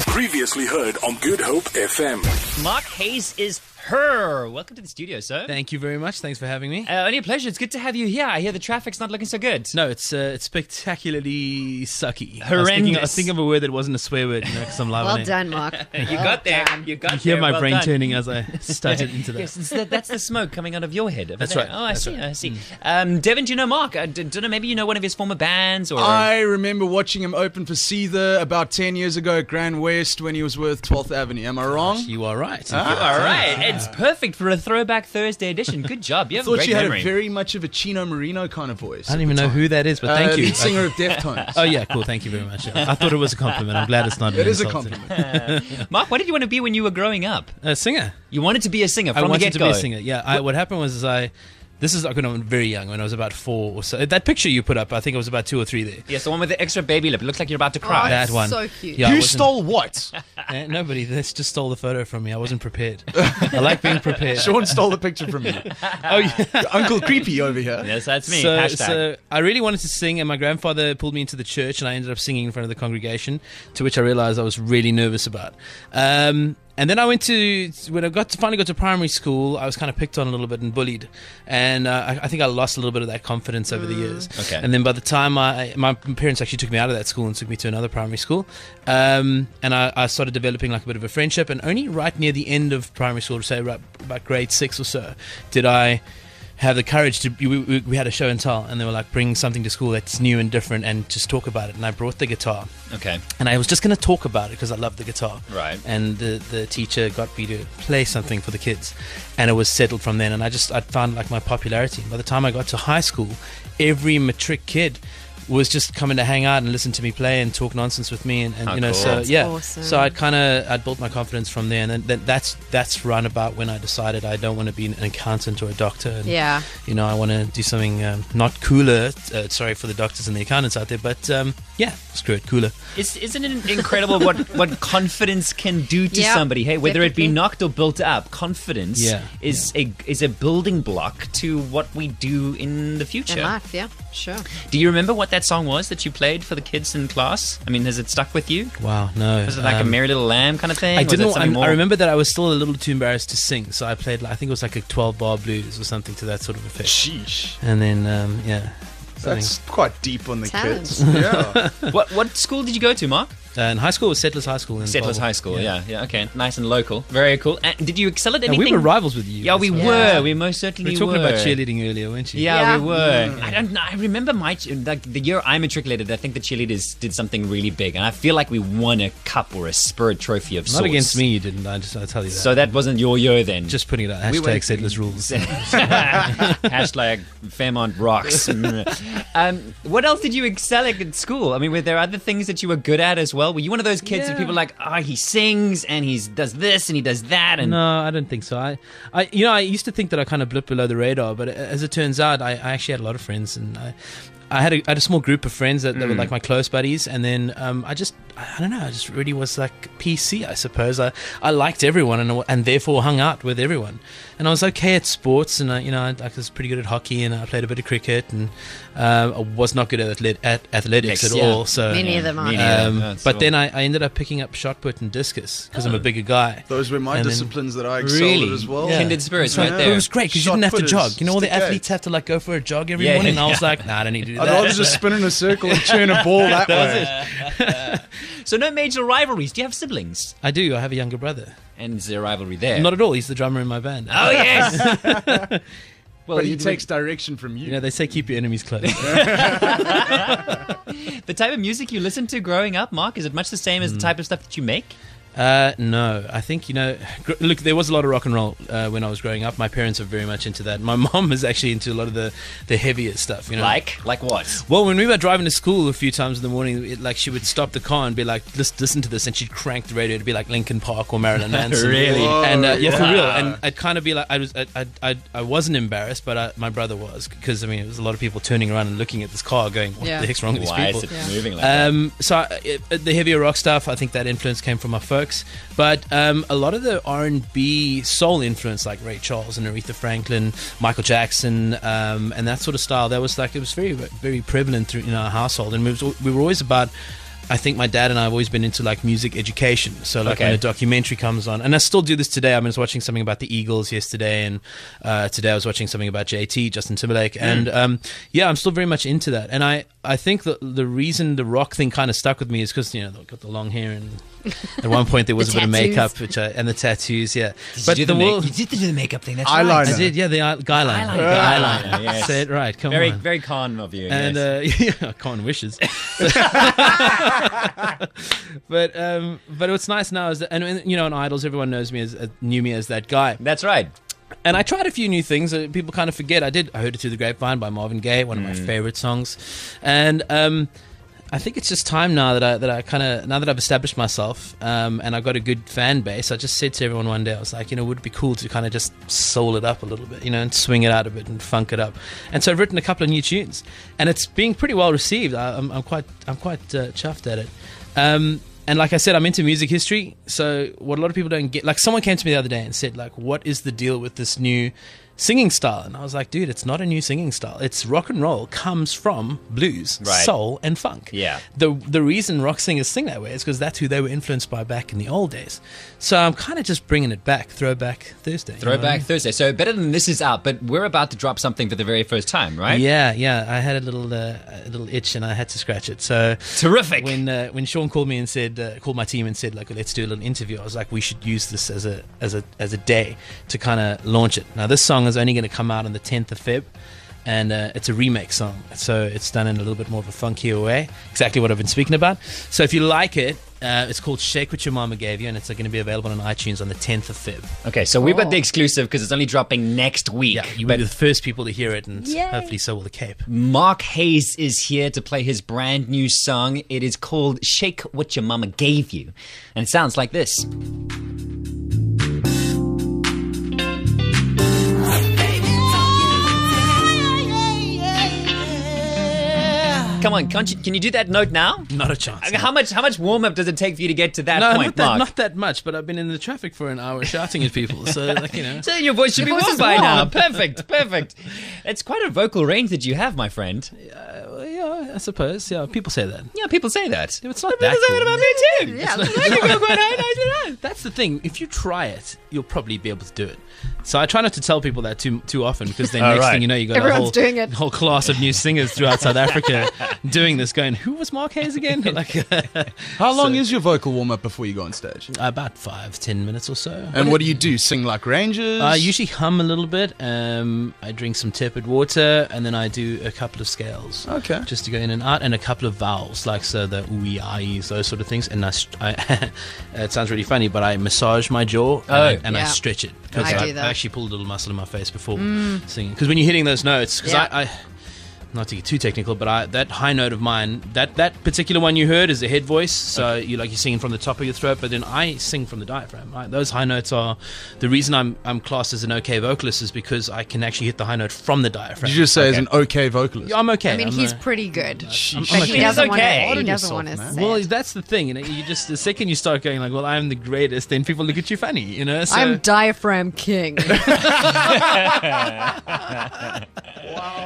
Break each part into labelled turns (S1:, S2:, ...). S1: Previously heard on Good Hope FM.
S2: Mark Hayes is her. Welcome to the studio, sir.
S3: Thank you very much. Thanks for having me.
S2: uh, only a pleasure. It's good to have you here. I hear the traffic's not looking so good.
S3: No, it's uh, it's spectacularly sucky. I was, thinking, I
S2: Horrendous.
S3: was thinking of a word that wasn't a swear word, you know, 'cause I'm live on
S4: Well
S3: it.
S4: done, Mark.
S2: You got there. You got
S3: I Oh, hear
S2: there.
S3: my
S2: Well
S3: brain
S2: done.
S3: turning as I started into that.
S2: Yes, it's the, that's the smoke coming out of your head. over
S3: That's
S2: there.
S3: right.
S2: Oh, I
S3: That's
S2: see.
S3: right. Mm.
S2: I see. Um, Devin, do you know Mark? I d- don't know. Maybe you know one of his former bands or.
S5: I remember watching him open for Seether about 10 years ago at Grand West when he was with 12th Avenue. Am I wrong?
S3: You are right.
S5: Ah.
S2: all right, it's perfect for a throwback Thursday edition. Good job. You have a
S5: thought
S2: great
S5: she had
S2: memory.
S5: a very much of a Chino Marino kind of voice.
S3: I don't even know who that is, but
S5: Uh,
S3: thank you.
S5: lead singer of Deftones.
S3: Oh yeah, cool. Thank you very much. I thought it was a compliment. I'm glad it's not. an
S5: It is a
S3: insult.
S5: compliment.
S2: Mark, what did you want to be when you were growing up?
S3: A Uh, singer.
S2: You wanted to be a singer from
S3: I
S2: the
S3: wanted
S2: get
S3: to
S2: go.
S3: be a singer. Yeah. I, what happened was, is I. This is like when I was very young, when I was about four or so. That picture you put up, I think I was about two or three there.
S2: Yes, the one with the extra baby lip. It looks like you're about to cry.
S4: Oh,
S3: That
S4: it's
S3: one.
S4: so cute.
S3: Yeah, I
S5: Who
S3: wasn't-
S5: stole what?
S3: Eh, nobody. This just stole the photo from me. I wasn't prepared. I like being prepared.
S5: Sean stole the picture from you.
S3: Oh yeah.
S5: Uncle Creepy over here.
S2: Yes, that's me.
S3: So,
S2: Hashtag.
S3: so I really wanted to sing, and my grandfather pulled me into the church, and I ended up singing in front of the congregation, to which I realized I was really nervous about. Um, and then I went to when I got to, finally got to primary school, I was kind of picked on a little bit and bullied, and uh, I, I think I lost a little bit of that confidence over the years.
S2: Mm. Okay.
S3: And then by the time I, my parents actually took me out of that school and took me to another primary school, um, and I, I started developing like a bit of a friendship. And only right near the end of primary school, say right, about grade six or so, did I have the courage to we, we, we had a show and tell and they were like bring something to school that's new and different and just talk about it and i brought the guitar
S2: okay.
S3: and i was just going to talk about it because i love the guitar
S2: Right.
S3: and the, the teacher got me to play something for the kids and it was settled from then and i just i found like my popularity by the time i got to high school every matric kid was just coming to hang out and listen to me play and talk nonsense with me and, and
S2: How
S3: you know
S2: cool.
S3: so
S2: That's
S3: yeah
S4: awesome.
S3: so i kind of i'd built my confidence from there and then, then that's that's round about when i decided i don't want to be an accountant or a doctor and
S4: Yeah.
S3: you know, I want to do something um, not cooler. Uh, sorry for the doctors and the accountants out there, but um, yeah, screw it, cooler.
S2: It's, isn't it incredible what, what confidence can do to
S4: Yeah,
S2: somebody? Hey, whether it be
S4: definitely.
S2: knocked or built up, confidence
S3: Yeah,
S2: is a is a building block to what we do in the
S4: In
S2: future.
S4: life, yeah, sure.
S2: Do you remember what that song was that you played for the kids in class? I mean, has it stuck with you?
S3: Wow, no.
S2: Was it like a
S3: um,
S2: Merry Little Lamb kind of thing?
S3: I
S2: Was it
S3: didn't.
S2: something
S3: I, I
S2: more-
S3: remember that I was still a little too embarrassed to sing, so I played. like- I think it was like a twelve-bar blues or something to that sort of effect.
S5: Sheesh.
S3: And then, um, yeah, something.
S5: That's quite deep on the
S4: Talent.
S5: kids. Yeah.
S2: What what school did you go to, Mark?
S3: Uh, and high school was Settlers High School. In
S2: Settlers
S3: Barwell.
S2: High School. Yeah. yeah, Okay, nice and local. Very cool. And did you excel at
S3: And
S2: anything?
S3: we were rivals with you.
S2: Yeah, we
S3: that's
S2: were.
S3: what-
S2: We most
S3: We
S2: certainly
S3: were talking
S2: were.
S3: about cheerleading earlier, weren't you?
S2: Yeah,
S4: Yeah.
S2: we were. I don't. know. I remember my ch- like the year I matriculated. I think the cheerleaders did something really big, and I feel like we won a cup or a spirit trophy of
S3: Not
S2: sorts.
S3: against me, you didn't. I just, I tell you that.
S2: So that wasn't your year then.
S3: just putting it out.
S2: We
S3: Hashtag
S2: went-
S3: Settlers Rules.
S2: hashtag Fairmont rocks. um, what else did you excel at at school? I mean, were there other things that you were good at as well? Were you one of those kids that
S3: Yeah.
S2: people are like, ah, he sings and he does this and he does that and
S3: No, I don't think so. I, I, you know, I used to think that I kind of blipped below the radar, but as it turns out, I, I actually had a lot of friends, and I, I had a, I had a small group of friends that,
S2: Hmm.
S3: that were like my close buddies, and then um, I just, I don't know, I just really was like PC, I suppose. I, I liked everyone, and and therefore hung out with everyone, and I was okay at sports, and I, you know, I, I was pretty good at hockey, and I played a bit of cricket, and um, I was not good at, athle- at athletics
S2: Yes,
S3: at
S2: yeah.
S3: all. So
S4: Me neither, Mark.
S2: me neither.
S3: um,
S2: Yeah, it's
S3: but
S2: all- Oh.
S3: then I, I ended up picking up shot put and discus because I'm a bigger guy.
S5: Those were my
S3: And then-
S5: disciplines that I excelled
S2: really
S5: at as well.
S2: kindred spirits right
S5: Yeah.
S3: But it
S2: there.
S3: was great because you
S5: Shot
S3: didn't have to
S5: putters,
S3: jog. You know, all the
S5: stick out.
S3: athletes have to like go for a jog every
S2: Yeah,
S3: morning. And I was
S2: yeah.
S3: like, nah, I don't need to do
S5: I'd
S3: that.
S5: rather just spin in a circle and turn a ball that way.
S2: So no major rivalries. Do you have siblings?
S3: I do. I have a younger brother.
S2: And is there a rivalry there?
S3: Not at all. He's the drummer in my band.
S2: oh yes. well,
S5: But he
S2: you-
S5: takes direction from you.
S3: You know, they say keep your enemies close.
S2: the type of music you listened to growing up, Mark, is it much the same
S3: Hmm.
S2: as the type of stuff that you make?
S3: Uh, no, I think you know. Gr- look, there was a lot of rock and roll uh, when I was growing up. My parents are very much into that. My mom is actually into a lot of the the heavier stuff. You know,
S2: Like, like what?
S3: Well, when we were driving to school a few times in the morning, it, like she would stop the car and be like, "Listen, listen to this," and she'd crank the radio to be like Linkin Park or Marilyn Manson.
S2: Really? Whoa.
S3: And uh, yeah, for
S2: Wow.
S3: real. And I'd kind of be like, I was, I, I, I, I wasn't embarrassed, but I, my brother was because I mean, it was a lot of people turning around and looking at this car, going, "What
S4: Yeah.
S3: the heck's wrong with
S2: Why is
S3: these
S2: it
S3: people?"
S4: Yeah.
S2: moving like that?
S3: Um, so I, it, the heavier rock stuff, I think that influence came from my folks, but um, a lot of the R and B soul influence, like Ray Charles and Aretha Franklin, Michael Jackson, um, and that sort of style, that was like it was very very prevalent through in our household, and we, was, we were always about. I think my dad and I have always been into like music education. So like when
S2: Okay.
S3: a documentary comes on, and I still do this today. I, mean, I was watching something about the Eagles yesterday, and uh, today I was watching something about JT Justin Timberlake,
S2: Hmm.
S3: and um, yeah, I'm still very much into that. And I I think the the reason the rock thing kind of stuck with me is because you know they've got the long hair, and at one point there was a bit of
S4: tattoos.
S3: makeup, which I, and the tattoos, yeah.
S2: Did you, do the
S3: world-
S2: make- you did do the makeup thing. That's
S5: Eyeliner.
S2: right.
S3: I did, yeah, the eye, guy liner,
S4: Eyeliner.
S3: the eyeliner.
S2: Eyeliner, yes.
S3: Say it right, come
S2: Very,
S3: on.
S2: very calm of you.
S3: and
S2: yes.
S3: uh, yeah, Con wishes. but um, but what's nice now is that, and, and, you know, on Idols, everyone knows me as uh, knew me as that guy.
S2: that's right.
S3: And I tried a few new things that people kind of forget. I did. I heard it through the grapevine by Marvin Gaye, one of my favorite songs, and. Um, I think it's just time now that I that I kind of now that I've established myself um, and I've got a good fan base. I just said to everyone one day, I was like, you know, would it be cool to kind of just soul it up a little bit, you know, and swing it out a bit and funk it up. And so I've written a couple of new tunes, and it's being pretty well received. I, I'm, I'm quite I'm quite uh, chuffed at it. Um, and like I said, I'm into music history. So what a lot of people don't get, like someone came to me the other day and said, like, what is the deal with this new singing style? And I was like, dude, it's not a new singing style. It's rock and roll comes from blues,
S2: Right.
S3: soul soul and funk.
S2: Yeah.
S3: The the reason rock singers sing that way is because that's who they were influenced by back in the old days. So I'm kind of just bringing it back, throwback Thursday. you know what I
S2: Throwback
S3: mean?
S2: Thursday. So better than this is out, but we're about to drop something for the very first time, right?
S3: Yeah, yeah. I had a little uh, a little itch and I had to scratch it. So
S2: Terrific.
S3: when uh, when Sean called me and said uh, called my team and said like let's do a little interview, I was like we should use this as a as a as a day to kind of launch it. Now this song is only going to come out on the 10th of Feb. And uh, it's a remake song, so it's done in a little bit more of a funkier way. Exactly what I've been speaking about. So if you like it, uh, it's called "Shake What Your Mama Gave You," and it's going to be available on iTunes on the 10th of Feb.
S2: Okay, so we've got
S4: Cool.
S2: the exclusive because it's only dropping next week.
S3: Yeah, you will
S2: but
S3: be the first people to hear it, and
S4: Yay.
S3: hopefully so will the Cape.
S2: Mark Hayes is here to play his brand new song. It is called Shake What Your Mama Gave You. And it sounds like this. Come on, can't you, can you do that note now?
S3: Not a chance.
S2: How much how much warm up does it take for you to get to that
S3: no,
S2: point,
S3: not that,
S2: Mark?
S3: not that much, but I've been in the traffic for an hour shouting at people. So, like, you know.
S2: So your voice should
S4: Your
S2: be
S4: voice
S2: warm
S4: is
S2: by
S4: warm.
S2: now. Perfect, perfect. It's quite a vocal range that you have, my friend.
S3: Well, yeah, I suppose. Yeah, people say that.
S2: Yeah, people say that.
S3: It's not
S2: People
S3: that
S2: say that
S3: cool.
S2: about me too.
S4: Yeah,
S2: I can go quite high, nice and high.
S3: That's the thing. If you try it, you'll probably be able to do it. So I try not to tell people that too too often because then
S2: All
S3: next
S2: right.
S3: thing you know, you got
S4: Everyone's
S3: a whole,
S4: doing it.
S3: whole class of new singers throughout South Africa doing this, going, "Who was Mark Hayes again?" Like
S5: How long is your vocal warm up before you go on stage?
S3: about five, ten minutes or so.
S5: And what do you do? Sing like Rangers?
S3: I usually hum a little bit. Um, I drink some tepid water, and then I do a couple of scales.
S5: Okay.
S3: Just to go in and out, and a couple of vowels, like so the ooey, aie's, those sort of things. And I, st- I it sounds really funny, but I massage my jaw and, I,
S2: Oh.
S3: and I
S4: Yeah.
S3: stretch it because
S4: I
S3: I,
S4: do that. Mm.
S3: I actually pulled a little muscle in my face before singing. Because when you're hitting those notes, because
S4: Yeah.
S3: I. I not to get too technical, but I, that high note of mine, that, that particular one you heard is a head voice. So you like you're singing from the top of your throat, but then I sing from the diaphragm. Right? Those high notes are the reason I'm I'm classed as an okay vocalist is because I can actually hit the high note from the diaphragm.
S5: Did you just say as an okay vocalist?
S3: I'm okay.
S4: I mean,
S3: I'm
S4: he's
S3: a-
S4: pretty good.
S5: Sheesh.
S4: But
S3: I'm
S4: he
S3: okay.
S4: doesn't want
S2: Okay.
S4: to. He
S5: Harden
S4: doesn't
S5: yourself,
S4: want to
S5: man.
S4: say.
S3: well.
S4: it.
S3: That's the thing, you know. You just the second you start going like, "Well, I'm the greatest," then people look at you funny, you know. So,
S4: I'm diaphragm king.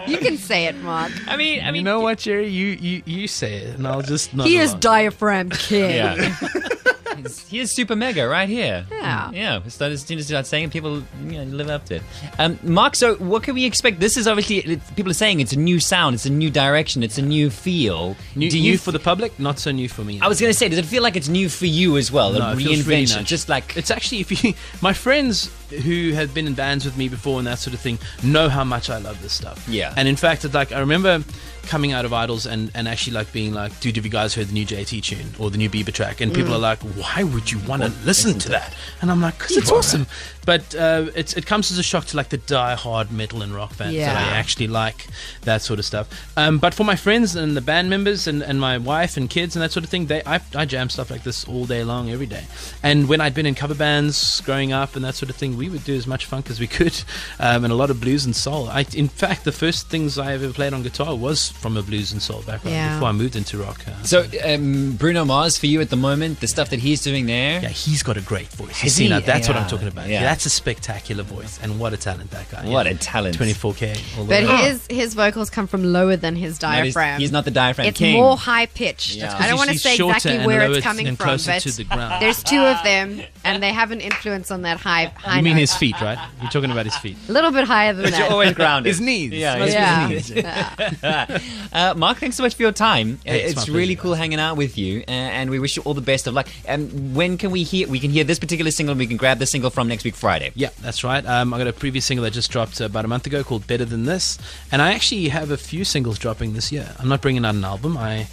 S4: You can say it, Mark.
S2: I mean, I mean,
S3: you know what, Jerry? You you you say it, and I'll just not.
S4: He is
S3: along.
S4: diaphragm king.
S2: yeah. He's- he is super mega right here.
S4: Yeah.
S2: yeah. So as soon as you start saying, it, people you know, live up to it. Um, Mark, so what can we expect? This is obviously it's, people are saying it's a new sound, it's a new direction, it's a new feel.
S3: New,
S2: Do
S3: new
S2: you?
S3: for the public, not so new for me.
S2: I was going to say, does it feel like it's new for you as well?
S3: No,
S2: a reinvention,
S3: it feels really nice.
S2: just like
S3: It's actually if you, my friends who have been in bands with me before and that sort of thing know how much I love this stuff.
S2: Yeah.
S3: And in fact, it's like I remember coming out of Idols and, and actually like being like, dude, have you guys heard the new JT tune or the new Bieber track? And people are like, why would you want to Mm. listen to that? And I'm like, because it's awesome. But uh, it's it comes as a shock to like the die-hard metal and rock fans that I
S4: Yeah.
S3: actually like that sort of stuff. Um, but for my friends and the band members and, and my wife and kids and that sort of thing, they I, I jam stuff like this all day long, every day. And when I'd been in cover bands growing up and that sort of thing, we would do as much funk as we could, um, and a lot of blues and soul. I, in fact, the first things I ever played on guitar was from a blues and soul background
S4: Yeah.
S3: before I moved into rock. Uh,
S2: So um, Bruno Mars for you at the moment, the stuff that he's doing there.
S3: yeah, he's got a great voice.
S2: Has
S3: See,
S2: he?
S3: now that's what
S2: Yeah.
S3: I'm talking about.
S2: Yeah.
S3: Yeah. that's a spectacular voice, and what a talent that guy.
S2: What
S3: yeah.
S2: a talent.
S3: 24k. All the
S4: But
S3: way.
S4: his his vocals come from lower than his
S2: No, he's,
S4: diaphragm.
S2: he's not the diaphragm
S4: it's
S2: king.
S4: more high pitched.
S2: Yeah.
S4: I don't want to
S3: He's
S4: say
S3: shorter
S4: exactly
S3: and
S4: where
S3: lower
S4: it's coming
S3: and
S4: from,
S3: closer
S4: but
S3: to the ground.
S4: there's two of them, and they have an influence on that high. high
S3: You mean
S4: note.
S3: his feet, right? You're talking about his feet.
S4: A little bit higher than
S2: But you're
S4: that.
S2: always grounded.
S5: His knees.
S2: Yeah,
S5: Must
S4: Yeah.
S2: his knees. uh, Mark, thanks so much for your time. Uh,
S3: Hey, it's
S2: it's
S3: my
S2: really
S3: pleasure,
S2: cool hanging out with you, uh, and we wish you all the best of luck. And when can we hear? We can hear this particular single, and we can grab the single from next week Friday.
S3: Yeah, that's right. Um, I got a previous single that just dropped about a month ago called Better Than This. And I actually have a few singles dropping this year. I'm not bringing out an album. I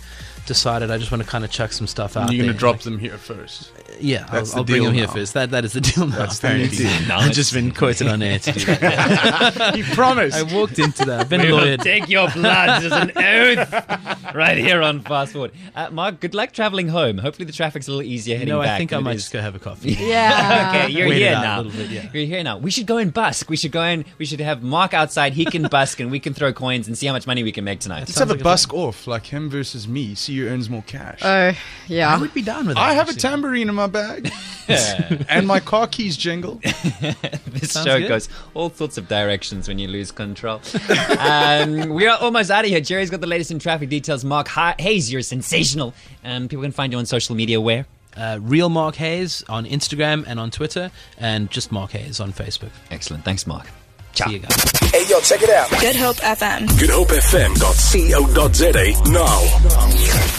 S3: decided I just want to kind of chuck some stuff out.
S6: You're going to
S3: there.
S6: drop them here first.
S3: Like, yeah,
S6: that's the
S3: I'll, I'll bring
S6: deal
S3: them here
S6: now.
S3: first. That, that is the deal now.
S6: That's the new deal.
S2: No,
S3: I've just been quoted on air to do that.
S6: You promised.
S3: I walked into that. I've been lawyered.
S2: Take your blood as an oath, right here on Fast Forward. Uh, Mark, good luck traveling home. Hopefully the traffic's a little easier heading
S3: No,
S2: back.
S3: I think I
S2: than it
S3: might
S2: is-
S3: just go have a coffee.
S4: yeah.
S2: Okay, you're
S3: Wait it
S2: here
S3: out a
S2: now.
S3: little bit, yeah.
S2: You're here now. We should go and busk. We should go and we should have Mark outside. He can busk, and we can throw coins and see how much money we can make tonight.
S5: Let's have
S3: Sounds like
S5: a
S3: a
S5: busk off, like him versus me. See who earns more cash.
S4: Oh,
S3: I
S4: yeah.
S3: would be down with that.
S5: I have a
S3: actually.
S5: tambourine in my bag,
S2: Yeah.
S5: and my car keys jingle.
S2: this
S3: Sounds
S2: show
S3: good.
S2: goes all sorts of directions when you lose control. um, we are almost out of here. Jerry's got the latest in traffic details. Mark Hi- Hayes, you're sensational. Um, people can find you on social media where?
S3: Uh, Real Mark Hayes on Instagram and on Twitter, and just Mark Hayes on Facebook.
S2: Excellent. Thanks, Mark.
S3: See you guys.
S1: Hey, yo, check it out.
S7: Good Hope FM.
S1: GoodHopeFM.co.za now.